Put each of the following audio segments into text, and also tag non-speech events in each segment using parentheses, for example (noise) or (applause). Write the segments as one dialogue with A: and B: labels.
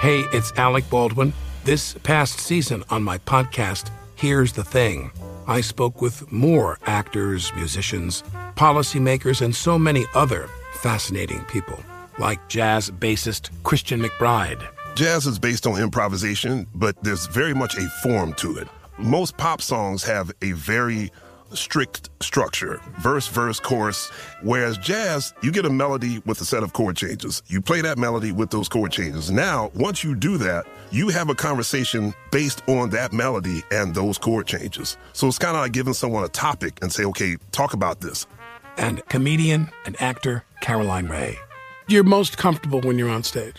A: Hey, it's Alec Baldwin. This past season on my podcast, Here's the Thing, I spoke with more actors, musicians, policymakers, and so many other fascinating people, like jazz bassist Christian McBride.
B: Jazz is based on improvisation, but there's very much a form to it. Most pop songs have a very strict structure verse, verse, chorus. Whereas jazz, you get a melody with a set of chord changes. You play that melody with those chord changes. Now, once you do that, you have a conversation based on that melody and those chord changes. So it's kind of like giving someone a topic and say, okay, talk about this.
A: And comedian and actor Caroline Ray. You're most comfortable when you're on stage.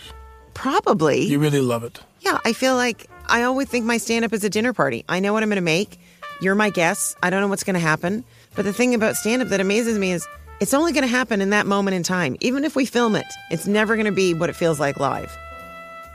C: Probably.
A: You really love it.
C: Yeah, I feel like I always think my stand up is a dinner party. I know what I'm going to make. You're my guest. I don't know what's going to happen. But the thing about stand up that amazes me is it's only going to happen in that moment in time. Even if we film it, it's never going to be what it feels like live.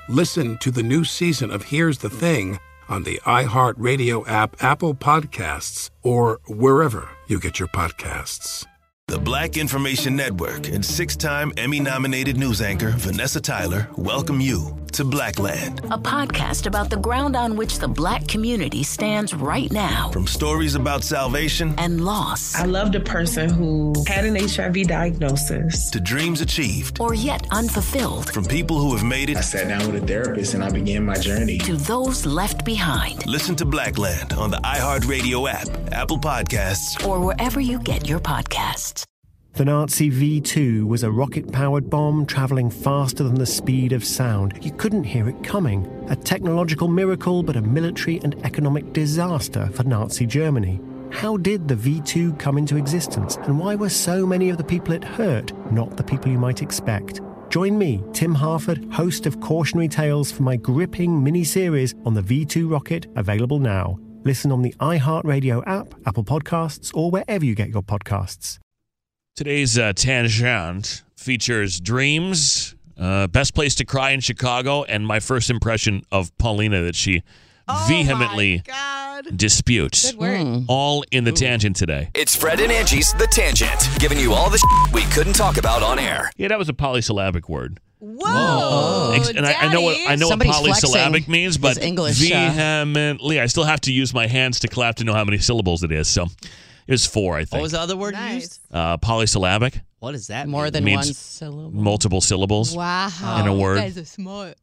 A: Listen to the new season of Here's the Thing on the iHeartRadio app, Apple Podcasts, or wherever you get your podcasts.
D: The Black Information Network and six time Emmy nominated news anchor Vanessa Tyler welcome you to Blackland,
E: a podcast about the ground on which the black community stands right now.
D: From stories about salvation
E: and loss.
F: I loved a person who had an HIV diagnosis,
D: to dreams achieved
E: or yet unfulfilled.
D: From people who have made it, I
G: sat down with a therapist and I began my journey,
E: to those left behind.
D: Listen to Blackland on the iHeartRadio app, Apple Podcasts,
E: or wherever you get your podcasts.
H: The Nazi V 2 was a rocket powered bomb travelling faster than the speed of sound. You couldn't hear it coming. A technological miracle, but a military and economic disaster for Nazi Germany. How did the V 2 come into existence, and why were so many of the people it hurt not the people you might expect? Join me, Tim Harford, host of Cautionary Tales, for my gripping mini series on the V 2 rocket, available now. Listen on the iHeartRadio app, Apple Podcasts, or wherever you get your podcasts.
I: Today's uh, tangent features dreams, uh, best place to cry in Chicago, and my first impression of Paulina that she
J: Oh
I: vehemently
J: my God.
I: disputes.
J: Good word. Mm.
I: All in the tangent today.
K: It's Fred and Angie's The Tangent, giving you all the (laughs) sh- we couldn't talk about on air.
I: Yeah, that was a polysyllabic word.
J: Whoa,
I: Ex- and I, I know what
J: Daddy.
I: I know what
L: Somebody's
I: polysyllabic
L: flexing
I: means, but
L: his English, uh,
I: vehemently, I still have to use my hands to clap to know how many syllables it is. So it was four, I
L: What
I: think.
L: was the other word you
J: Nice.
L: used?
I: Uh, polysyllabic,
L: What is that?
I: It
L: More
I: than means one
L: syllable.
I: multiple syllables.
J: Wow.
I: In a word.
J: You guys are smart.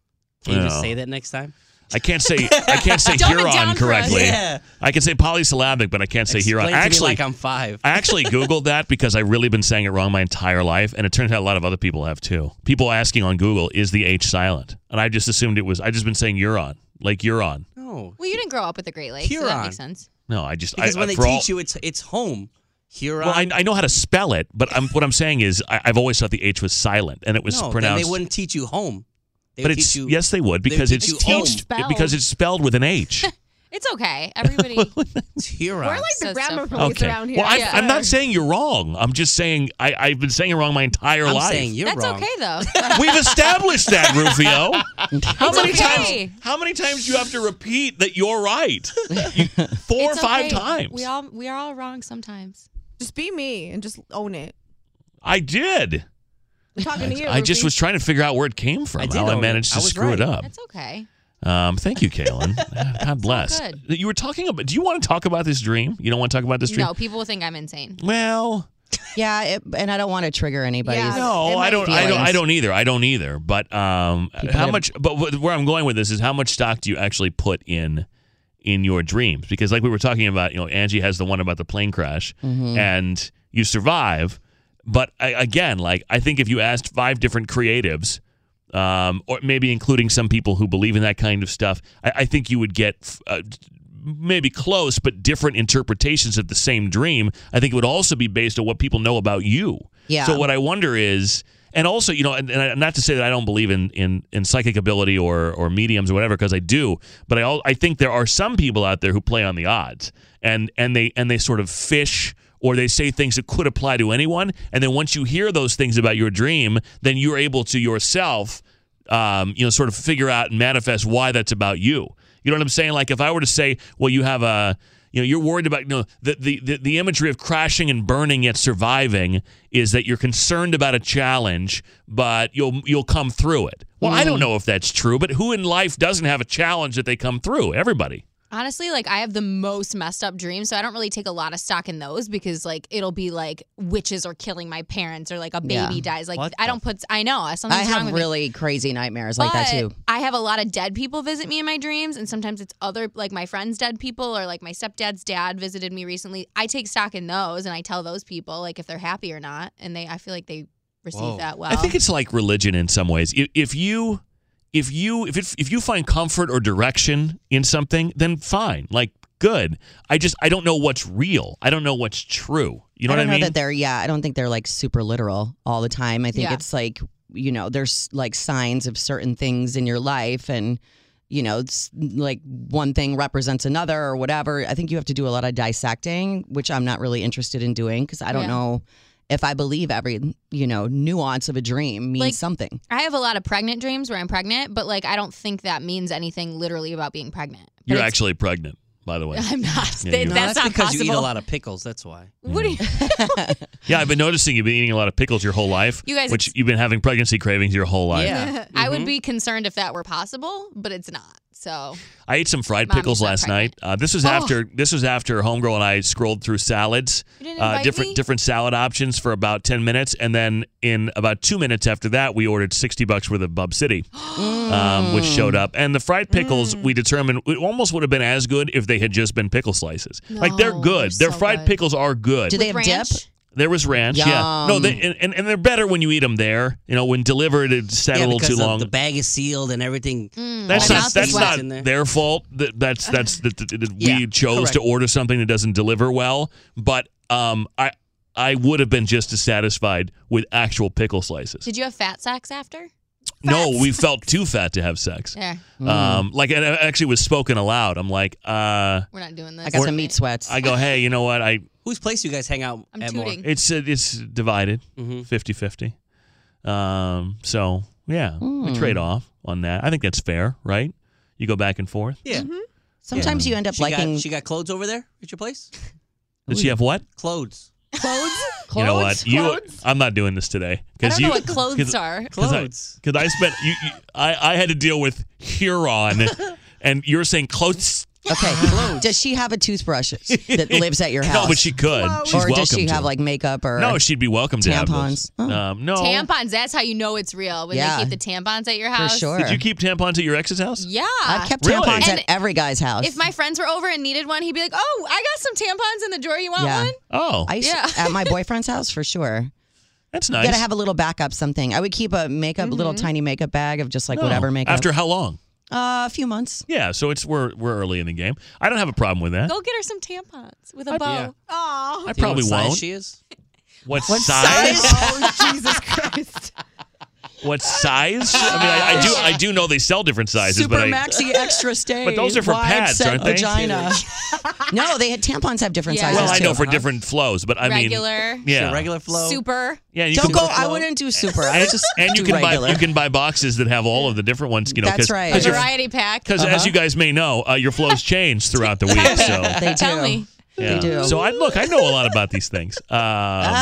L: Can you just
I: Yeah.
L: say that next time?
I: I
L: (laughs)
I: can't say I can't say
J: Dumb it
I: Huron
J: down for us.
I: correctly.
L: Yeah.
I: I can say polysyllabic, but I can't say
L: Explain
I: Huron.
L: to me
I: Actually,
L: like I'm five. (laughs)
I: I actually Googled that because I've really been saying it wrong my entire life, and it turns out a lot of other people have too. People asking on Google, is the H silent? And I just assumed it was. I just been saying Huron, like Huron.
L: no,
J: Well, you didn't grow up with the Great Lakes, so
L: Huron.
J: that makes sense.
I: No, I just
L: because
I: I,
L: when
I: I,
L: they
I: for
L: teach
I: all-
L: you, it's it's home. Huron.
I: Well, I, I know how to spell it, but I'm, what I'm saying is I, I've always thought the H was silent, and it was
L: no,
I: pronounced.
L: Then they wouldn't teach you home. They
I: but
L: would
I: it's
L: teach you,
I: yes, they would
L: they
I: because
L: teach
I: it's
L: you
I: teached-
L: home.
J: Spelled.
I: because it's spelled with an H.
J: It's okay. Everybody. We're
L: It's Huron.
M: We're like the
J: So
M: grammar
J: simple.
M: police
I: okay.
M: around here.
I: Well, I,
J: Yeah.
I: I'm not saying you're wrong. I'm just saying I, I've been saying it wrong my entire
L: I'm
I: life.
L: saying you're
J: That's
L: wrong.
J: okay, though.
I: (laughs) We've established that, Rufio. How
J: (laughs) It's
I: many
J: okay.
I: times? How many times do you have to repeat that you're right? You- Four or
J: It's
I: five
J: okay.
I: times.
J: We all we are all wrong sometimes.
M: Just be me and just own it.
I: I did.
M: I'm talking to you.
I: I just
M: Ruthie.
I: was trying to figure out where it came from.
L: I did
I: how I
L: own it.
I: managed to
L: I was
I: screw
L: right.
I: it up.
J: That's okay.
I: Um, thank you,
L: (laughs)
I: Kaylin. God bless.
J: good.
I: You were talking about. Do you want to talk about this dream? You don't want to talk about this dream?
J: No, people will think I'm insane.
I: Well,
L: Yeah, it, and I don't want to trigger anybody.
M: Yeah.
I: no,
M: it
I: I
M: might
I: don't.
M: be
I: I don't.
M: feelings.
I: I don't either. I don't either. But um,
L: People
I: how
L: have-
I: much? But wh- where I'm going with this is how much stock do you actually put in in your dreams? Because like we were talking about, you know, Angie has the one about the plane crash, and you survive. But I, again, like I think if you asked five different creatives, um, or maybe uh, including some people who believe in that kind of stuff, I, I think you would get. f- Uh, Maybe close, but different interpretations of the same dream. I think it would also be based on what people know about you.
L: Yeah.
I: So what I wonder is, and also, you know, and, and I- not to say that I don't believe in in, in psychic ability or or mediums or whatever, because I do, but I all I think there are some people out there who play on the odds, and and they and they sort of fish. Or they say things that could apply to anyone, and then once you hear those things about your dream, then you're able to yourself, um, you know, sort of figure out and manifest why that's about you. You know what I'm saying? Like if I were to say, well, you have a you know you're worried about you know the, the the the imagery of crashing and burning yet surviving is that you're concerned about a challenge but you'll you'll come through it well i don't know if that's true but who in life doesn't have a challenge that they come through everybody
J: Honestly, like I have the most messed up dreams, so I don't really take a lot of stock in those because like it'll be like witches are killing my parents or like a
L: Yeah.
J: baby dies. Like
L: What
J: I don't put I know something's
L: I
J: wrong
L: have
J: with me.
L: really crazy nightmares like that
J: But
L: too.
J: I have a lot of dead people visit me in my dreams, and sometimes it's other like my friends' dead people or like my stepdad's dad visited me recently. I take stock in those, and I tell those people like if they're happy or not, and they I feel like they receive that well.
I: I think it's like religion in some ways. If, if you if you if it, if you find comfort or direction in something, then fine, like good. I just I don't know what's real. I don't know what's true. You know
L: I don't
I: what I mean?
L: know that they're yeah. I don't think they're like super literal all the time. I think
I: Yeah.
L: it's like you know there's like signs of certain things in your life and you know it's like one thing represents another or whatever. I think you have to do a lot of dissecting, which I'm not really interested in doing because I don't
J: Yeah.
L: know if I believe every you know nuance of a dream means something.
J: I have a lot of pregnant dreams where I'm pregnant, but like I don't think that means anything literally about being pregnant.
I: You're actually pregnant, by the way.
J: I'm not. That-
I: you are.
J: that's, not possible.
L: of pickles. That's why.
J: What do you? (laughs)
I: Yeah, I've been noticing you've been eating a lot of pickles your whole life.
J: You guys-
I: which you've been having pregnancy cravings your whole life.
J: I would
I: Mhm.
J: be concerned if that were possible, but it's not. So
I: I ate some fried
J: Mommy's
I: pickles
J: not
I: last
J: pregnant.
I: night. Uh, this was
J: Oh.
I: after this was after homegirl and I scrolled through salads,
J: You didn't
I: uh,
J: invite
I: different
J: me?
I: different salad options for about ten minutes, and then in about two minutes after that, we ordered sixty bucks worth of Bub
J: (gasps)
I: City, um, which showed up. And the fried pickles
J: Mm.
I: we determined it almost would have been as good if they had just been pickle slices. like they're good. Their fried pickles are good.
L: Do they have dip?
I: There was ranch, yeah. No, they, and, and and they're better when you eat them there. You know, when delivered, it sat
N: Yeah,
I: a little
N: because
I: too
N: of
I: long.
N: the bag is sealed and everything.
I: That's
N: All
I: not,
N: the
I: that's
N: seaweed's
I: not
N: in there.
I: their fault. That that's that's that, that, that we
N: Yeah,
I: chose to
N: correct.
I: order something that doesn't deliver well. But um, I I would have been just as satisfied with actual pickle slices.
J: did you have fat sacks after?
I: No, we felt too fat to have sex.
J: Yeah.
I: Um, like and it actually was spoken aloud. I'm like, uh,
J: We're not doing this.
L: I got some meat sweats.
I: I go, hey, you know what? I
N: Whose place do you guys hang out I'm at more?
J: tooting.
I: it's uh, it's divided 50 50 Um, so yeah, we
L: Mm.
I: trade off on that. I think that's fair, right? You go back and forth.
N: Yeah.
L: Sometimes you end up
N: she
L: liking-
N: Got, she got clothes over there at your place.
I: Does she have what?
N: Clothes.
L: Clothes?
I: You know what? You, I'm not doing this today.
J: I don't
I: you,
J: know what clothes are.
I: Clothes. Because I, spent, you, you, I, I had to deal with Huron, and you're saying clothes.
L: Okay. Does she have a toothbrush that lives at your house?
I: No, but she could. She's
L: or
I: welcome
L: does she
I: to.
L: have like makeup or
I: no, she'd be welcome to have those. Um, no,
J: Tampons. That's how you know it's real when
L: Yeah.
J: they keep the tampons at your house.
I: Did you keep tampons at your ex's house?
J: Yeah.
L: I kept
I: Really?
L: tampons
I: And
L: at every guy's house.
J: If my friends were over and needed one, he'd be like, "Oh, I got some tampons in the drawer. You want
L: yeah.
J: one?"
I: Oh.
L: I used to-
J: Yeah.
L: at
J: (laughs)
L: my boyfriend's house for sure.
I: That's
L: You
I: nice.
L: gotta have a little backup something. I would keep a makeup, a
J: Mm-hmm.
L: little tiny makeup bag of just like
I: No.
L: whatever makeup.
I: Oh. After how long?
L: Uh, a few months.
I: Yeah, so it's we're we're early in the game. I don't have a problem with that.
J: Go get her some tampons with a
I: I-
J: bow.
I: yeah.
J: Aw.
I: I probably
N: size
I: won't.
N: she is?
I: What,
N: What
I: size?
J: oh Jesus Christ!
I: What size? I mean, I, I do I do know they sell different sizes,
L: Super
I: but I,
L: maxi extra stay.
I: But those are for
L: wide
I: pads,
L: set
I: aren't they?
L: Vagina. no, they had tampons have different
I: Well,
L: sizes.
I: I know
L: too.
I: for different flows, but I
J: Regular.
I: mean, yeah,
L: Sure, regular
J: flow. Super.
I: Yeah, you
L: Don't
I: can-
L: go. I wouldn't do super. I
I: And,
L: would just
I: and you
L: do
I: can
L: regular.
I: buy you can buy boxes that have all of the different ones. You know,
L: That's
I: cause,
L: right. Uh-huh.
I: Because
J: Variety pack.
I: as you guys may know, uh, your flows change throughout the week. So
L: They
J: Tell
L: do.
J: me.
I: yeah.
L: do.
I: So I look, I know a lot about
L: (laughs)
I: these things. Um,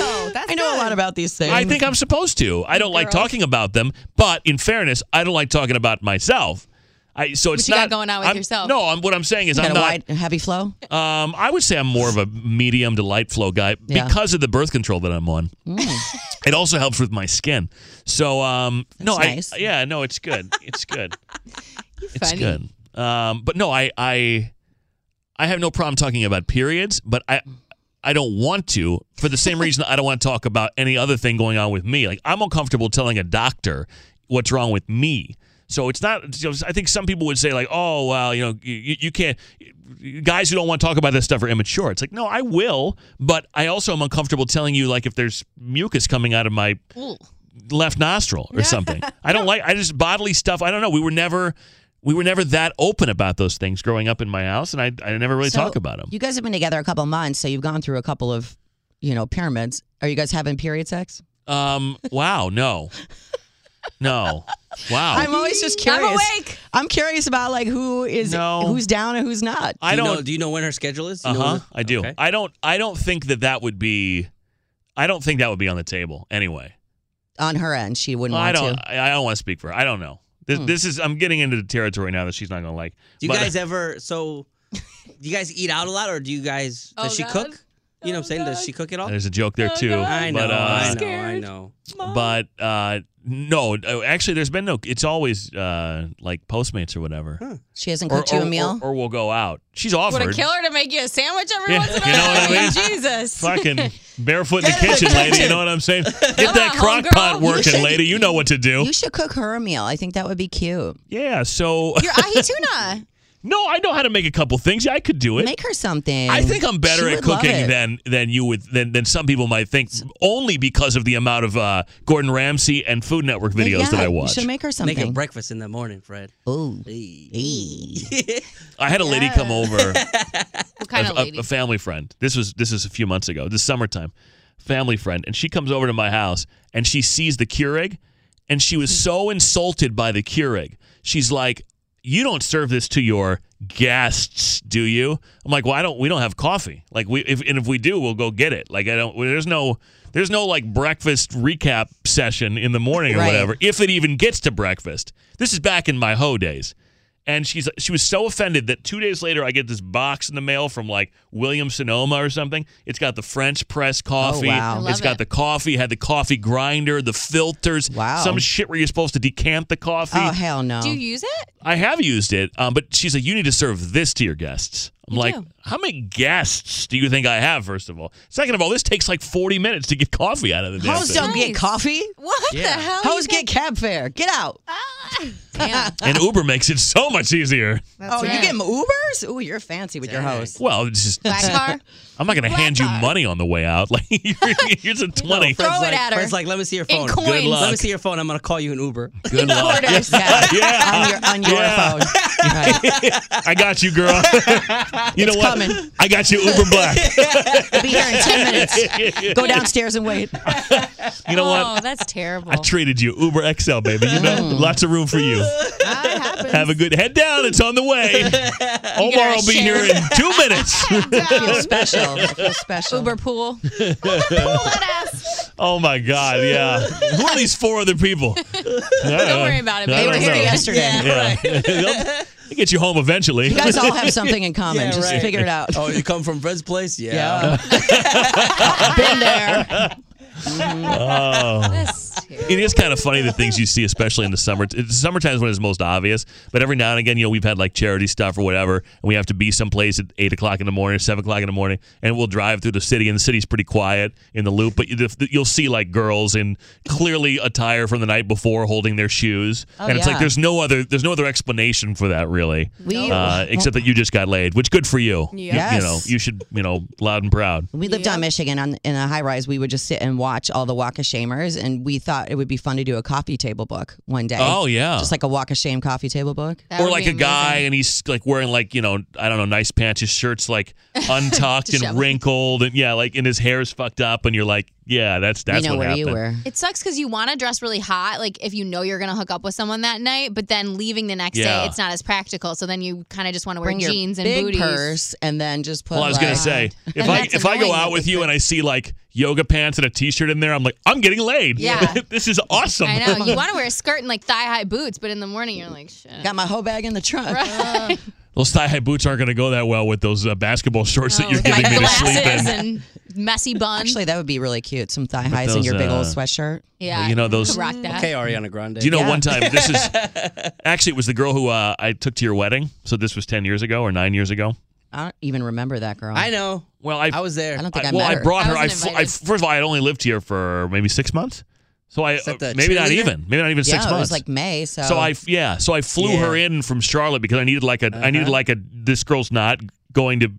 L: Oh, I know a lot about these things.
I: I think I'm supposed to. I don't like
L: Girls.
I: talking about them, but in fairness, I don't like talking about myself. I, so it's
L: you
I: not
L: got going on with
I: I'm-
L: yourself.
I: No, I'm, what I'm saying is
L: You got
I: I'm
L: a
I: not.
L: wide, heavy flow.
I: Um, I would say I'm more of a medium to light flow guy
L: Yeah.
I: because of the birth control that I'm on. (laughs) It also helps with my skin. So um, no,
L: That's
I: I
L: nice.
I: yeah, no, it's good. It's good. it's good. Um, but no, I I I have no problem talking about periods, but I. I don't want to for the same reason I don't want to talk about any other thing going on with me. Like I'm uncomfortable telling a doctor what's wrong with me. So it's not. so I think some people would say like, "Oh, (laughs) well, you know, you- you, you can't." Guys who don't want to talk about this stuff are immature. It's like, no, I will, but I also am uncomfortable telling you like if there's mucus coming out of my left nostril or something. I don't like I just bodily stuff. I don't know. We were never we were never that open about those things growing up in my house, and I I never really
L: So,
I: talk about them.
L: You guys have been together a couple months, so you've gone through a couple of, you know, pyramids. Are you guys having period sex?
I: Um. Wow. No. No. Wow.
L: I'm always just
J: I'm
L: curious. awake. I'm curious about like who is who's down and who's not.
N: do
I: I
N: you Know,
I: don't-
N: do you know when her schedule is? Do
I: Uh
N: you know
I: huh.
N: when-
I: I do.
N: Okay.
I: I don't. I don't think that that would be. I don't think that would be on the table anyway.
L: on her end. She wouldn't
I: I
L: want
I: don't.
L: to.
I: I I don't want to speak for her. I don't know. This,
L: Hmm.
I: this is. I'm getting into the territory now that she's not going to like.
N: Do you
I: But-
N: guys ever? So, do you guys eat out a lot, or do you
I: (laughs)
N: guys? Does
I: Oh,
N: she
I: God. Oh,
N: cook? You know what I'm saying? Does she cook at all?
I: There's a joke there too.
N: I know.
I: But, uh,
N: I know. I know.
I: But uh, no, uh, actually, there's been no. It's always uh, like Postmates or whatever.
L: She hasn't
I: Or-
L: cooked
I: or,
L: you a meal.
I: or, or we'll go out. She's offered.
J: Would a killer to make you a sandwich every
I: Yeah,
J: once in a
I: you know
J: while?
I: what I mean?
J: Jesus.
I: Fucking barefoot in the kitchen, lady. You know what
N: (laughs)
I: I'm saying? Get that
L: on,
I: crock
L: homegirl.
I: pot
L: You
J: (laughs)
I: working,
L: should-
I: lady. You know what to do.
L: you should cook her a meal. I think that would be cute.
I: yeah. So
J: Your ahi
I: (laughs)
J: tuna.
I: no, I know how to make a couple things. Yeah, I could do it.
L: Make her something.
I: I think I'm better
L: She
I: at
L: would love
I: cooking
L: it.
I: than than you would than, than some people might think, only because of the amount of uh, Gordon Ramsay and Food Network videos that I watch.
N: Make her breakfast in the morning, Fred.
L: Oh.
I: I had a lady
N: (laughs)
I: come over.
J: What kind
I: a,
J: of
I: a-
J: lady?
I: A, family friend. This was this is a few months ago. This summertime, family friend, and she comes over to my house and she sees the Keurig, and she was so insulted by the Keurig. She's like, "You don't serve this to your guests, do you?" I'm like, "Well, I don't. We don't have coffee. Like we if and if we do, we'll go get it. Like I don't. well, There's no." There's no like breakfast recap session in the morning or
O: Right.
I: whatever, if it even gets to breakfast. This is back in my hoe days and she's she was so offended that two days later I get this box in the mail from like William Sonoma or something. It's got the French press coffee.
L: Oh, wow. I love
I: It's got the coffee. Had the coffee grinder, the filters. Wow. Some shit where you're supposed to decant the coffee.
L: Oh hell no.
J: Do you use it?
I: I have used it, um, but she's like, you need to serve this to your guests. I'm like,
J: do.
I: how many guests do you think I have? First of all, second of all, this takes like 40 minutes to get coffee out of the damn
L: Hoes
I: thing.
L: don't get coffee.
J: What
I: the Yeah. hell?
L: Hoes get cab fare. Get out.
J: Damn.
I: And Uber makes it so much easier.
L: oh, you get Ubers? Oh, you're fancy with your host.
I: Well, it's just (laughs)
L: Black car?
I: I'm not going to hand you money on the way out. (laughs) Like here's a twenty.
N: Fred's like, Fred's like, let me see your phone.
I: coins.
N: Let me
I: luck.
N: see your phone. I'm gonna call you an Uber.
L: (laughs)
I: Good luck. (laughs) yeah.
L: On your, on your
I: Yeah.
L: phone.
I: I got you, girl. you know what? I got you, Uber Black.
L: I'll be here in 10 minutes. Go downstairs and wait.
I: You know
J: oh,
I: what?
J: that's terrible.
I: I treated you, Uber XL, baby. You know, lots of room for you. Have a good head down. It's on
L: (laughs)
I: the way. Omar will be
J: share.
I: here in two minutes.
L: special.
J: Uber pool.
I: oh my God!
L: (laughs)
I: Yeah, who are these four
J: (laughs)
I: other people? Don't
J: worry about it,
L: They were here yesterday.
I: (laughs) Yeah, They'll- they'll get you home eventually.
L: You guys all have something in common.
N: Yeah,
L: Just
N: right.
L: figure it out.
N: Oh, you come from Fred's place? Yeah.
L: Been there.
I: Oh. It is kind of funny the things you see, especially in the summer. It's summertime is when it's most obvious, but every now and again, you know, we've had like charity stuff or whatever, and we have to be someplace at eight o'clock in the morning, seven o'clock in the morning, and we'll drive through the city, and the city's pretty quiet in the loop, but you- you'll see like girls in clearly attire from the night before holding their shoes,
L: Oh,
I: and it's
L: yeah.
I: like there's no other there's no other explanation for that really,
L: We-
I: uh, except that you just got laid, which good for you. You- You,
L: Yes.
I: know, you should you know loud and proud.
L: We lived on Michigan on, in a high rise. We would just sit and watch all the Walk of Shamers, and we thought it would be fun to do a coffee table book one day.
I: Oh, yeah.
L: just like a Walk of Shame coffee table book.
I: or like a guy and he's like wearing like you know I don't know nice pants. His shirt's like untucked and
J: Disheveled.
I: wrinkled and yeah, like and his hair's fucked up. And you're like, yeah, that's that's
L: know
I: what
L: where
I: happened.
L: you were.
J: It sucks because you want to dress really hot, like if you know you're going to hook up with someone that night, but then leaving the next
I: Yeah.
J: day, it's not as practical. So then you kind of just want to wear
L: Bring your
J: jeans and
L: big
J: booties.
L: purse, and then just put.
I: Well, I was gonna
L: like-
I: say if
J: And
I: I
J: that's
I: if I go
J: annoying
I: out
J: that
I: with you and I see like yoga pants and a t-shirt in there, I'm like, I'm getting laid.
J: Yeah.
I: this is awesome.
J: I know. You want to wear a skirt and like thigh high boots, but in the morning you're like, shit.
L: Got my hoe bag in the trunk.
I: (laughs) those thigh-high boots aren't gonna go that well with those uh, basketball shorts that you're
J: my
I: giving me to sleep
J: glasses
I: in.
J: and messy bun.
L: Actually, that would be really cute. Some thigh highs
I: those,
L: and your big old
I: uh,
L: sweatshirt.
J: yeah.
I: you know,
J: could
I: those-
J: Rock that.
N: Okay, Ariana Grande.
I: Do you know
N: Yeah.
I: one time this
L: (laughs)
I: is actually it was the girl who uh, I took to your wedding. So this was ten years ago or nine years ago.
L: I don't even remember that girl.
N: I know.
I: Well, I,
N: I was there.
L: I don't think I,
I: well,
L: met
I: I brought
L: her.
I: her. I, fl- (laughs) I first of all, I had only lived here for maybe six months, so I
L: that
I: uh,
L: the
I: maybe not
L: cheerleader?
I: even maybe not even
L: yeah,
I: six
L: it
I: months.
L: was like May. So,
I: so I f- yeah, so I flew her in from Charlotte because I needed like a I needed like a this girl's not going to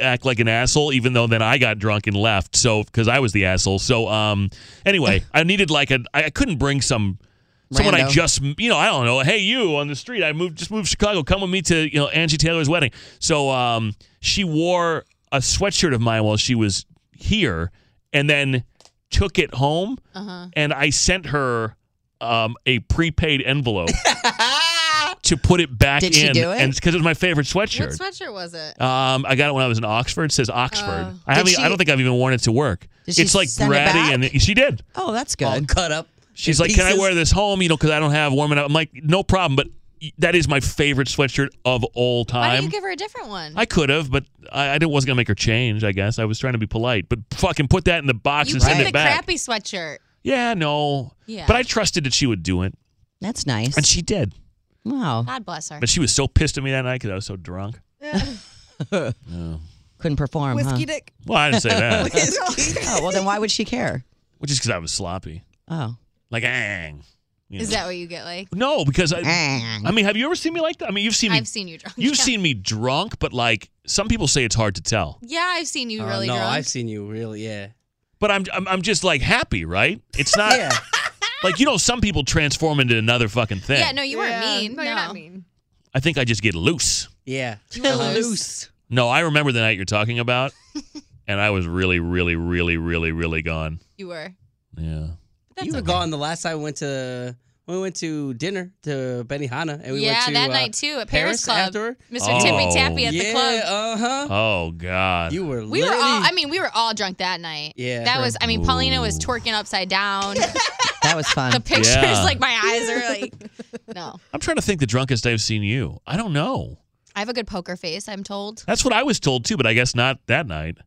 I: act like an asshole even though then I got drunk and left so because I was the asshole so um anyway I needed like a I I couldn't bring some someone I
L: Rando.
I: just you know I don't know hey you on the street I moved just moved to Chicago come with me to you know Angie Taylor's wedding so um she wore
L: (laughs)
I: a sweatshirt of mine while she was here and then took it home
J: Uh-huh.
I: and I sent her um, a prepaid
J: (laughs)
I: envelope to put it back
J: Did she
I: in,
J: do it?
I: and because it was my favorite
J: What
I: sweatshirt.
J: sweatshirt was it? Oh.
I: Um, I got it when I was in Oxford. It says Oxford. I
J: Did
I: haven't. e,
J: she-
I: I don't think I've even worn it to work.
L: Did she
I: it's like
L: send it
I: bratty,
L: back?
I: and she did.
L: Oh, that's good.
N: All cut up.
I: She's
N: in
I: like, "Can I
N: pieces?
I: wear this home? You know, because I don't have warm enough." I'm like, "No problem." But y- that is my favorite sweatshirt of all
J: Why
I: time.
J: don't you give her a different one?
I: I could have, but I, I didn't, wasn't gonna make her change. I guess I was trying to be polite, but fucking put that in the box
J: you
I: and
J: bought
I: send
J: the
I: it back.
J: crappy sweatshirt.
I: Yeah, no.
J: Yeah.
I: But I trusted that she would do it,
L: That's nice.
I: and she did.
L: Wow.
J: God bless her.
I: But she was so pissed at me that night because I was so drunk.
L: (laughs)
I: No.
L: Couldn't perform.
M: Whiskey
L: huh?
M: dick.
I: Well, I didn't
M: (laughs)
I: say that.
L: oh, well, then why would she care?
I: Well, just because I was sloppy.
L: Oh.
I: Like, ang. you
J: Is
I: know.
J: that what you get like?
I: No, because I.
L: (laughs)
I: I mean, have you ever seen me like that? I mean, you've seen me.
J: I've seen you drunk.
I: You've
J: yeah.
I: seen me drunk, but like some people say it's hard to tell.
J: Yeah, I've seen you
N: Oh,
J: really
N: no,
J: drunk.
N: I've seen you really. Yeah.
I: But I'm I'm, I'm just like happy, right?
L: (laughs)
I: It's not.
N: Yeah.
I: Like you know, some people transform into another fucking thing.
J: yeah, no, you weren't
M: Yeah.
J: mean.
M: No, you're not mean.
I: I think I just get loose.
N: Yeah.
J: You were loose.
I: Uh-huh. No, I remember the night you're
J: (laughs)
I: talking about, and I was really, really, really, really, really gone.
J: You were.
I: Yeah.
N: you were gone the last time we went to when we went to dinner to Benihana and we
J: yeah,
N: went to
J: that
N: uh,
J: night too at Paris, Club.
N: after.
J: Mr.
I: Oh.
J: Tippy Tappy at the club.
N: Yeah, uh huh.
I: Oh God.
N: You were
J: We were
N: litty.
J: all. I mean, we were all drunk that night.
N: Yeah.
J: That was. I mean, Paulina was twerking upside down.
L: That was fun.
J: (laughs) the pictures,
I: Yeah.
J: like my eyes are like. No,
I: I'm trying to think the drunkest I've seen you. I don't know.
J: I have a good poker face. I'm told.
I: That's what I was told too, but I guess not that night.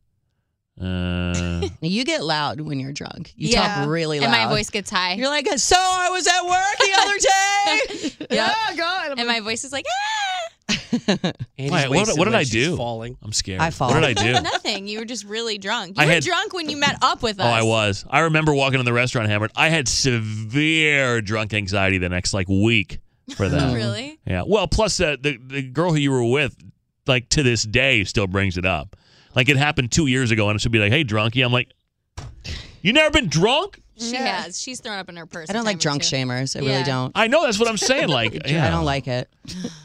I: Uh,
L: Now, you get loud when you're drunk. You
J: Yeah.
L: talk really loud.
J: And my voice gets high.
L: You're like, so I was at work the
J: (laughs)
L: other day.
J: Yep.
M: Oh God.
J: And my voice is like, ah!
N: Andy's
I: Why, what-
N: wasted
I: what did
N: when
I: I
N: she's
I: do?
N: Falling.
I: I'm scared.
L: I fall.
I: What did I do?
J: nothing. You were just really drunk. You
I: I
J: were
I: had-
J: drunk when you met up with us.
I: Oh, I was. I remember walking in the restaurant hammered. I had severe drunk anxiety the next like week for
J: (laughs)
I: that.
J: really?
I: Yeah. Well, plus uh, the the girl who you were with, like to this day, still brings it up. Like it happened two years ago, and she'll be like, "Hey, drunkie," I'm like, "You never been drunk?"
J: She
M: Yeah.
J: has. She's thrown up in her purse.
L: I
J: a
L: don't like
J: time
L: drunk
J: or two.
L: shamers. I
J: Yeah.
L: really don't.
I: I know that's what I'm saying. Like,
L: (laughs)
I: yeah.
L: I don't like it.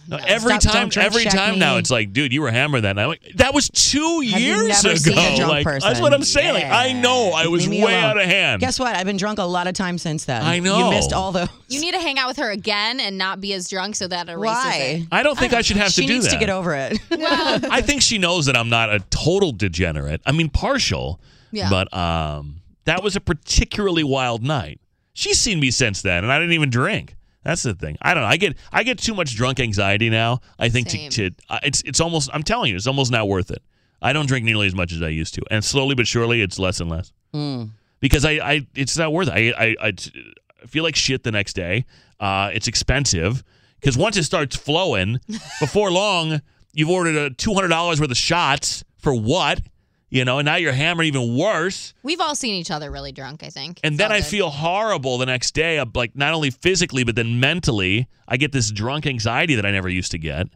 I: No, every
L: Stop,
I: time,
L: don't drink,
I: every
L: check
I: time now,
L: me.
I: it's like, dude, you were hammered that night. I'm like, that was two
L: Have you
I: years
L: never
I: ago.
L: seen a drunk
I: like, that's
L: person?
I: what I'm saying. Like, I know I was
L: Leave
I: way
L: me alone.
I: out of hand.
L: Guess what? I've been drunk a lot of times since then.
I: I know.
L: You missed all those.
J: You need to hang out with her again and not be as drunk so that erases
L: Why?
J: it.
I: I don't think I, should have
L: she
I: to do
L: needs
I: that.
L: to get over it.
I: I think she knows that I'm not a total degenerate. I mean, partial.
J: Yeah.
I: But um, that was a particularly wild night. She's seen me since then, and I didn't even drink. That's the thing. I don't know. I get I get too much drunk anxiety now. I think to,
J: Same.
I: to I- it's it's almost. I'm telling you, it's almost not worth it. I don't drink nearly as much as I used to, and slowly but surely, it's less and less
J: Hmm.
L: Mm.
I: because I, I it's not worth it. I, I, I t- I feel like shit the next day. Uh, it's expensive because once it
J: (laughs)
I: starts flowing, before long, you've ordered a two hundred dollars worth of shots for what? You know, and now you're hammered even worse.
J: We've all seen each other really drunk, I think.
I: And
J: It's
I: then
J: all
I: I
J: good.
I: feel horrible the next day. I'm like not only physically, but then mentally, I get this drunk anxiety that I never used to get.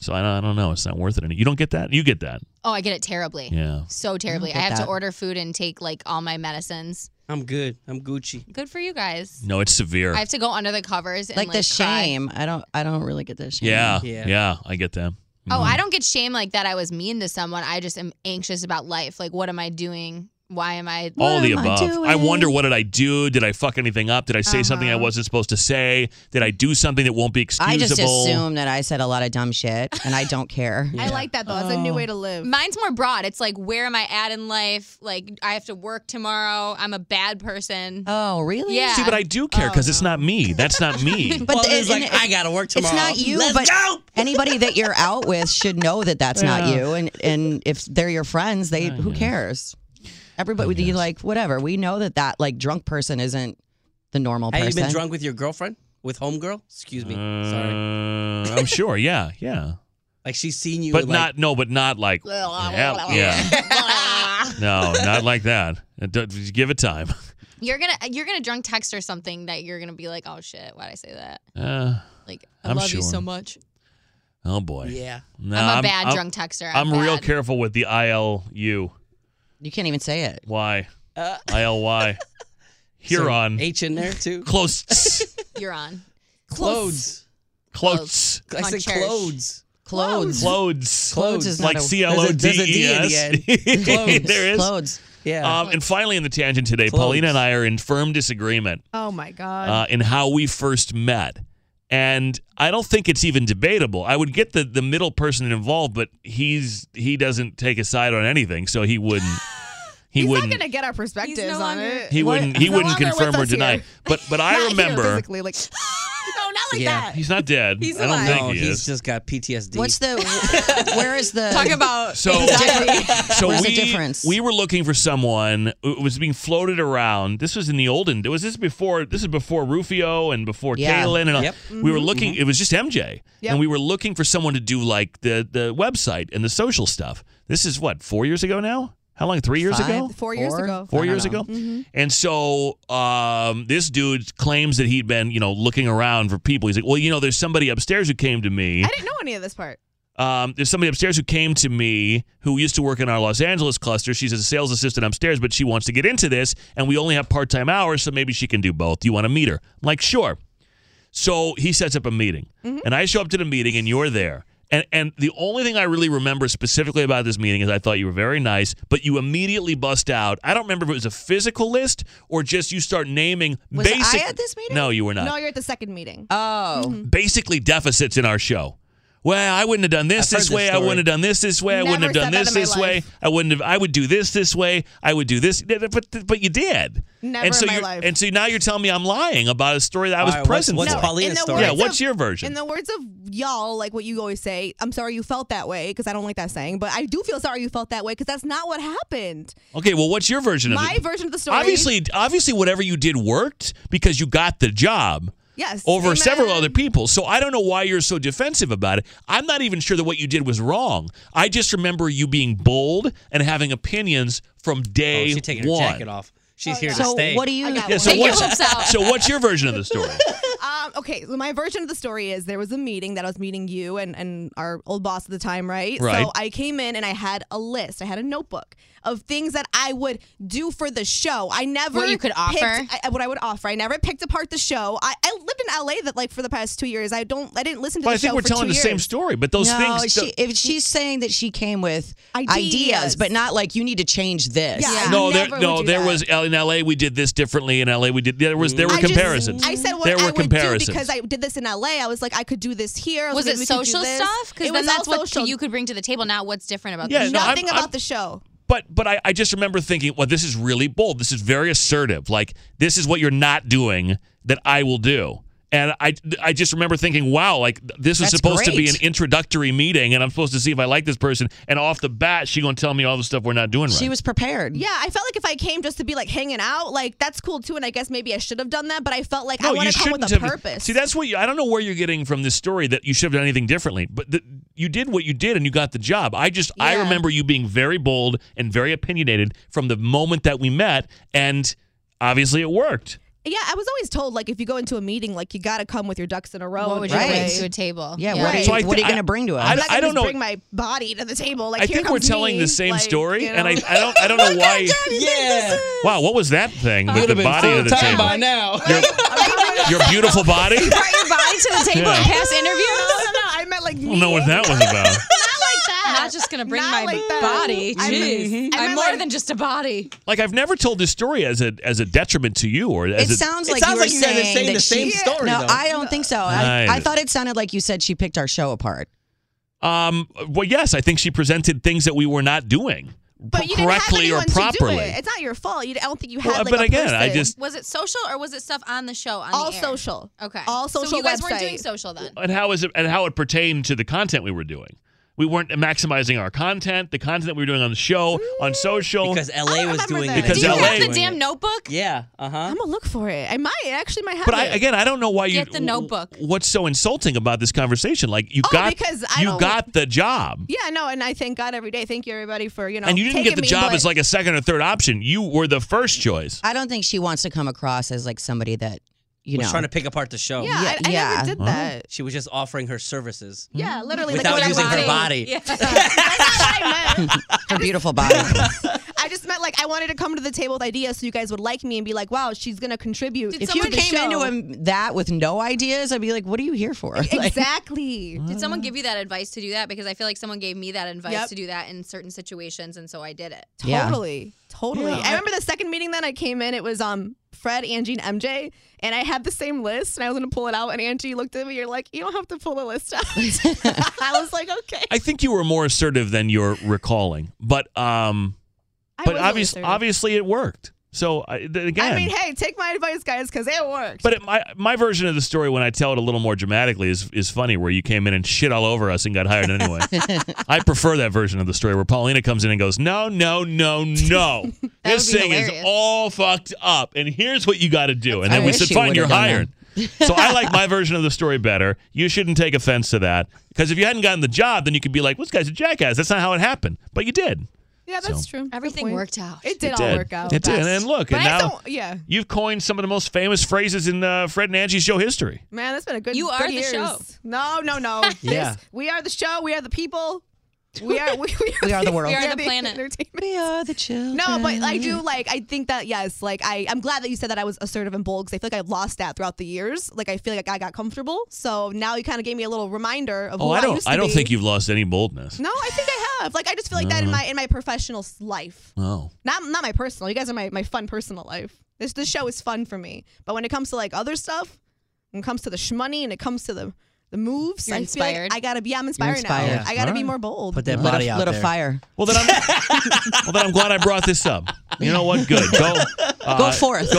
I: So I don't, I don't know. It's not worth it. any- You don't get that. You get that.
J: Oh, I get it terribly.
I: Yeah.
J: So terribly. I,
L: get
J: have to
L: that.
J: order food and take like all my medicines.
N: I'm good. I'm Gucci.
J: Good for you guys.
I: No, Oh, it's severe.
J: I have to go under the covers and
L: like
J: like,
L: the
J: cry.
L: shame. I don't. I don't really get the shame.
I: yeah, yeah.
N: Yeah.
I: I get that.
J: Oh, I don't get shame like that. I was mean to someone. I just am anxious about life. Like, what am I doing? Why am I?
I: all of the
L: am I
I: above. I,
L: doing?
I: wonder what did I do? Did I fuck anything up? Did I say something I
J: Uh-huh.
I: wasn't supposed to say? Did I do something that won't be excusable?
L: I just assume that I said a lot of dumb shit, and I don't care.
M: I like that though. It's a new way to live.
J: Mine's more broad. It's like, where am I at in life? Like, I have to work tomorrow. I'm a bad person.
L: oh, really?
J: Yeah.
I: See, but I do care because it's not me. That's not me.
L: But
N: Well,
L: the-
N: it's
L: and
N: like
L: it-
N: I gotta work tomorrow.
L: It's not you,
N: Let's
L: but
N: go.
L: (laughs) anybody that you're out with should know that that's not you. And and if they're your friends, they who cares? Everybody, you like whatever. We know that that like drunk person isn't the normal
N: Have
L: person.
N: you been drunk with your girlfriend? With homegirl? Excuse me. Sorry.
I: Uh, I'm sure. Yeah, yeah.
N: Like she's seen you.
I: But
N: like,
I: not no, but not like yeah, yeah. No, not like that. Uh, don't- just Give it time. (laughs)
J: You're gonna you're gonna drunk text or something that you're gonna be like, oh shit, why'd I say that?
I: Uh,
J: Like, I
I: I'm
J: love you
I: sure.
J: so much.
I: oh boy.
N: Yeah.
I: No,
J: I'm a bad drunk texter.
I: I'm,
J: I'm
I: real
J: bad.
I: careful with the I L U
L: You can't even say it. Uh.
I: Y I L Y.
L: (laughs)
I: Huron.
N: Some H in there too.
I: Close.
J: You're on.
N: Clothes.
I: Clothes.
N: I said
J: Concherish.
N: clothes.
L: Clothes.
I: Clothes.
L: Clothes is not
I: like
L: a-
I: C L O D E S.
N: There's a- there's a D in the end. Clothes.
I: There is.
L: Clothes.
I: Yeah. Um, and finally, in the tangent today, Paulina and I are in firm disagreement
M: Oh my god.
I: uh, in how we first met. And I don't think it's even debatable. I would get the, the middle person involved, but he's he doesn't take a side on anything, so
M: (laughs)
I: he wouldn't. He
M: He's
I: wouldn't.
M: not gonna get our perspectives on it.
I: he
M: What-
I: wouldn't. He
M: no
I: wouldn't
M: longer
I: confirm
M: with
I: or
M: us here.
I: deny. But but I
M: Not here
I: remember.
M: physically, like
J: no, not
M: like that.
I: He's not dead.
M: He's
I: I don't
M: alive.
I: think
M: No,
I: he
M: he's
I: is. just
N: got PTSD.
L: What's the? Where is the?
J: Talk about
I: So-
L: anxiety.
I: so
L: Where's
I: we,
L: the difference?
I: we were looking for someone who was being floated around. This was in the olden. Was this before? This is before Rufio and before
L: Yeah.
I: Kalen. And all-
L: Yep.
I: we
M: Mm-hmm.
I: were
L: Mhm.
I: looking. It was just MJ,
L: Yep.
I: and we were looking for someone to do like the the website and the social stuff. This is what four years ago now. How long? Three years
M: Five?
I: ago?
M: Four years ago. I
I: Four
M: don't
I: years
M: know. Mm-hmm.
I: ago. And so um, this dude claims that he'd been, you know, looking around for people. He's like, well, you know, there's somebody upstairs who came to me.
M: I didn't know any of this part.
I: Um, there's somebody upstairs who came to me who used to work in our Los Angeles cluster. She's a sales assistant upstairs, but she wants to get into this, and we only have part time hours, so maybe she can do both. Do you want to meet her? I'm like, sure. So he sets up a meeting,
M: Mm-hmm.
I: and I show up to the meeting, and you're there. And, and the only thing I really remember specifically about this meeting is I thought you were very nice, but you immediately bust out. I don't remember if it was a physical list or just you start naming
M: Was I
I: basic.
M: at this meeting?
I: No, you were not
M: No, you're at the second meeting.
L: Oh.
I: basically deficits in our show. Well, I wouldn't have done this
N: I've
I: this
N: heard this
I: way. I
N: story.
I: wouldn't have done this this way. I wouldn't
M: Never
I: have done
M: said that in
I: this
M: my
I: this way.
M: life.
I: I wouldn't have. I would do this this way. I would do this. But but you did.
M: Never
I: and so
M: in my
I: you're-
M: life.
I: And so now you're telling me I'm lying about a story that I was
N: All right, what's-
I: present
N: what's
I: for.
N: Paulina's In the story?
I: Yeah,
N: words
I: what's
M: of-
I: your version?
M: In the words of y'all, like what you always say, I'm sorry you felt that way because I don't like that saying, but I do feel sorry you felt that way because that's not what happened.
I: okay, well, what's your version of
M: My
I: it?
M: version of the story-
I: Obviously, obviously, whatever you did worked because you got the job.
M: Yes,
I: Over
M: amen.
I: several other people. So I don't know why you're so defensive about it. I'm not even sure that what you did was wrong. I just remember you being bold and having opinions from day
N: she's Oh, taking her
I: one.
N: jacket off. She's here
L: So
N: to stay.
L: what do you?
I: Yeah, so,
M: Take your
I: what's,
M: hopes out.
I: so what's your version of the story?
M: Um, okay, so my version of the story is there was a meeting that I was meeting you and, and our old boss at the time, right?
I: Right.
M: So I came in and I had a list, I had a notebook of things that I would do for the show. I never
J: What you could
M: picked-
J: offer?
M: I, what I would offer. I never picked apart the show. I, I lived in LA that like for the past two years. I don't. I didn't listen to.
I: Well,
M: the
I: I think
M: show
I: we're
M: for
I: telling
M: two
I: the same
M: years.
I: story, but those
L: no,
I: things.
L: she, if she's saying that she came with ideas,
M: Ideas.
L: but not like you need to change this.
M: Yeah, I
I: no, there,
M: never
I: no,
M: would do
I: there
M: that.
I: was uh, in L.A. We did this differently. In L.A. we did there was there were
M: I just-
I: comparisons.
M: I said what
I: there
M: I
I: were
M: would
I: comparisons
M: do because I did this in LA. I was like, I could do this here. I
J: Was
M: like,
J: it
M: we could do
J: social
M: this.
J: stuff? Because
M: It
J: then
M: was
J: that's
M: all
J: what
M: social.
J: you could bring to the table. Now, what's different about
I: Yeah,
J: this?
I: no, I'm-
M: Nothing about
I: I'm-
M: the show.
I: But but I, I just remember thinking, well, this is really bold. This is very assertive. Like this is what you're not doing that I will do. And I I just remember thinking, wow, like th- this was
L: That's
I: supposed to be an
L: great.
I: introductory meeting, and I'm supposed to see if I like this person. And off the bat, she gonna tell me all the stuff we're not doing right.
L: She was prepared.
M: Yeah, I felt like if I came just to be like hanging out, like that's cool too. And I guess maybe I should have done that, but I felt like I want to come with a purpose.
I: See, that's what you, I don't know where you're getting from this story that you should have done anything differently. But the, you did what you did, and you got the job. I just I
M: Yeah.
I: remember you being very bold and very opinionated from the moment that we met, and obviously it worked.
M: yeah, I was always told like if you go into a meeting, like you got to come with your ducks in a row.
J: What
M: and
J: would
M: be
J: you bring
M: like,
J: to a table?
L: Yeah, what are you,
I: So I
L: what are
I: thi-
L: you
I: I-
L: going to bring to us?
I: I-
M: I'm not gonna
I: don't
M: just
I: know.
M: Bring my body to the table. Like
I: I
M: here
I: think we're
M: comes
I: telling
M: me.
I: the same
M: Like,
I: story,
M: you
I: and I,
M: know?
I: I don't I don't know why.
N: yeah.
I: Wow, what was that thing with
N: Would've
I: the
N: been
I: body of the
N: full-time
I: table?
N: by now.
I: Your, your beautiful body. I
J: Bring your body to the table
I: Yeah.
J: and pass interviews.
M: No, no, no, no, I meant like
I: don't know
M: me.
I: what that was about.
M: Not like that.
J: I'm not just gonna bring
M: Not
J: my
M: like that.
J: body.
M: I meant-
J: Jeez,
M: I
J: I'm
M: meant
J: more
M: like-
J: than just a body.
I: Like I've never told this story as a as a detriment to you or as
L: it
I: a,
L: sounds
N: It
L: like
N: sounds
L: you were
N: like you guys are
L: saying,
N: saying
L: that
N: the same
L: she,
N: story,
L: No,
N: though.
L: I don't think so. I,
I: Right.
L: I thought it sounded like you said she picked our show apart.
I: Um. Well, yes, I think she presented things that we were not doing
M: But you didn't have
I: correctly or
M: anyone to do it.
I: properly.
M: It's not your fault. You, I don't think you had.
I: Well,
M: like,
I: but
M: a
I: again, I
M: person.
I: just-
J: Was it social or was it stuff on the show? On
M: all
J: the air?
M: social.
J: Okay.
M: all social.
J: So you guys weren't
M: website.
J: doing social then.
I: And how is it? And how it pertained to the content we were doing. We weren't maximizing our content, the content we were doing on the show,
L: Mm.
I: on social.
N: Because LA was doing
M: that.
N: it.
I: Because
J: Do you
I: LA
J: have the
I: doing
J: damn notebook?
N: Yeah. Uh huh.
M: I'm gonna look for it. I might I actually might have.
I: but I,
M: it.
I: again, I don't know why you
J: Get the notebook.
I: What's so insulting about this conversation? Like you
M: Oh,
I: got
M: because I
I: you
M: don't-
I: got the job,
M: Yeah, no, and I thank God every day. Thank you everybody for you know.
I: and you didn't get
M: taking
I: the
M: me,
I: job
M: but-
I: as like a second or third option. You were the first choice.
L: I don't think she wants to come across as like somebody that you
N: was
L: know.
N: trying to pick apart the show.
M: Yeah, I- I,
L: yeah.
M: never did that.
N: She was just offering her services.
M: Yeah, literally
N: Without
M: like
N: using her
M: (laughs)
I: (laughs)
M: whatever.
N: body.
J: Yeah.
M: That's not what I meant.
L: her beautiful
M: (laughs)
L: body.
M: I just meant like I wanted to come to the table with ideas so you guys would like me and be like, wow, she's gonna contribute.
L: if you came into him that with no ideas, I'd be like, "What are you here for?" Like-
M: Exactly.
J: Did someone give you that advice to do that? Because I feel like someone gave me that advice
M: Yep.
J: to do that in certain situations, and so I did it.
L: Yeah.
M: Totally. Totally. I remember the second meeting then I came in, it was um Fred, Angie, and MJ, and I had the same list and I was gonna pull it out and Angie looked at me, you're like, You don't have to pull the list out. (laughs) I was like, Okay.
I: I think you were more assertive than you're recalling, but um,
M: I
I: but
M: wasn't
I: obviously,
M: assertive.
I: obviously, it worked. So I, th- again,
M: I mean, hey, take my advice, guys, because it worked.
I: But it, my my version of the story, when I tell it a little more dramatically, is is funny. Where you came in and shit all over us and got hired anyway. I prefer that version of the story where Paulina comes in and goes, "No, no, no, no. this
O: would be
I: thing is
O: hilarious.
I: all fucked up, and here's what you got to do." And then
O: I
I: we
O: wish
I: said,
O: you
I: "Fine,
O: would've
I: you're
O: done
I: hired." so I like my version of the story better. You shouldn't take offense to that because if you hadn't gotten the job, then you could be like, well, "This guy's a jackass. That's not how it happened." But you did.
M: Yeah,
I: that's
M: true.
J: Everything worked out.
M: It did
I: It
M: all
I: did.
M: work out.
I: It did. And then look,
M: But
I: and
M: I
I: now-
M: don't- yeah.
I: You've coined some of the most famous phrases in uh, Fred and Angie's show history.
M: Man, that's been a good.
J: You are
M: good
J: the
M: years.
J: show.
M: No, no,
J: (laughs)
M: no.
I: Yeah.
M: This we are the show. We are the people. We are. We, we,
L: We are
M: (laughs)
L: the world. We are the
J: planet.
M: entertainment.
L: We are the children.
M: No, but I do like. I think that yes, like I, I'm glad that you said that I was assertive and bold because I feel like I've lost that throughout the years. Like I feel like I got comfortable. So now you kind of gave me a little reminder of.
I: Oh,
M: who
I: I
M: I,
I: don't.
M: used to
I: I, don't
M: be.
I: think you've lost any boldness.
M: No, I think I have. Like I just feel like that in
I: Uh.
M: my in my professional s- life.
I: Oh.
M: Not not my personal. You guys are my my fun personal life. This this show is fun for me. But when it comes to like other stuff, when it comes to the shmoney and it comes to the the moves,
J: You're
M: I feel like
J: inspired.
M: I gotta be. I'm
I: You're
M: inspired,
I: inspired.
M: now. I gotta be
I: Alright.
M: more bold.
I: Put that
L: lit
I: body
L: a,
I: out
L: lit a
I: there.
L: fire.
I: Well, then I'm well, then I'm glad I brought this up. You know what? Good. Go.
L: Go forth.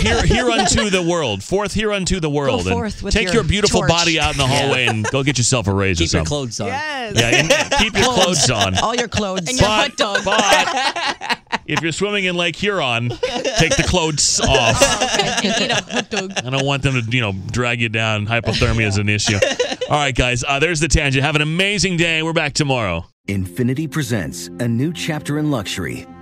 I: here, here unto the world. Forth here unto the world. and
L: forth with
I: take your,
L: your
I: beautiful
L: torch.
I: body out in the hallway and go get yourself a raise or something. Keep your
N: clothes on.
M: Yes.
I: Yeah, and keep your clothes on.
L: All your clothes.
I: And your But- hot dog. (laughs) If you're swimming in Lake Huron, take the
L: (laughs)
I: clothes off. I don't want them to, you know, drag you down. Hypothermia is an issue. All right, guys. Uh, there's the tangent. Have an amazing day. We're back tomorrow.
P: Infinity presents a new chapter in luxury,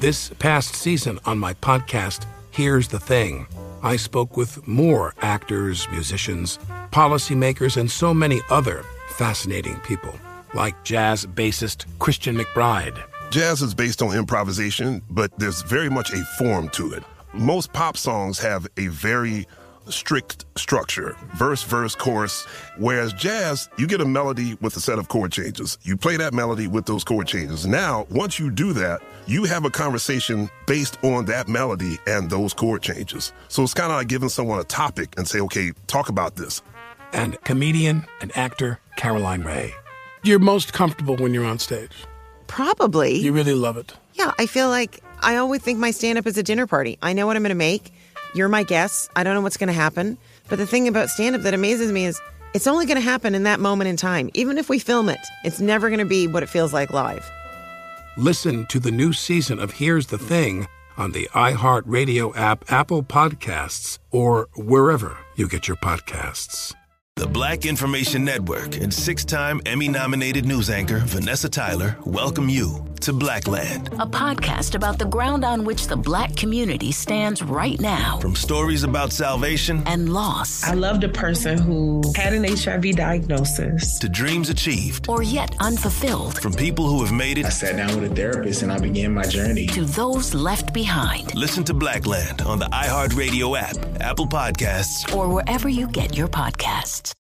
A: This past season on my podcast, Here's the Thing, I spoke with more actors, musicians, policymakers, and so many other fascinating people, like jazz bassist Christian McBride.
B: Jazz is based on improvisation, but there's very much a form to it. Most pop songs have a very strict structure verse, verse, chorus. Whereas jazz, you get a melody with a set of chord changes. You play that melody with those chord changes. Now, once you do that, you have a conversation based on that melody and those chord changes. So it's kind of like giving someone a topic and say, okay, talk about this.
A: and comedian and actor Caroline Ray. You're most comfortable when you're on stage.
C: Probably.
A: You really love it.
C: Yeah, I feel like I always think my stand up is a dinner party. I know what I'm going to make. You're my guest. I don't know what's going to happen. But the thing about stand up that amazes me is it's only going to happen in that moment in time. Even if we film it, it's never going to be what it feels like live.
A: Listen to the new season of Here's the Thing on the iHeartRadio app, Apple Podcasts, or wherever you get your podcasts.
D: The Black Information Network and six time Emmy nominated news anchor Vanessa Tyler welcome you to Blackland.
E: A podcast about the ground on which the black community stands right now.
D: From stories about salvation
E: and loss
F: I loved a person who had an HIV diagnosis.
D: to dreams achieved,
E: or yet unfulfilled,
D: from people who have made it. I
G: sat down with a therapist and I began my journey.
E: to those left behind,
D: Listen to Blackland on the iHeartRadio app, Apple Podcasts,
E: or wherever you get your podcasts.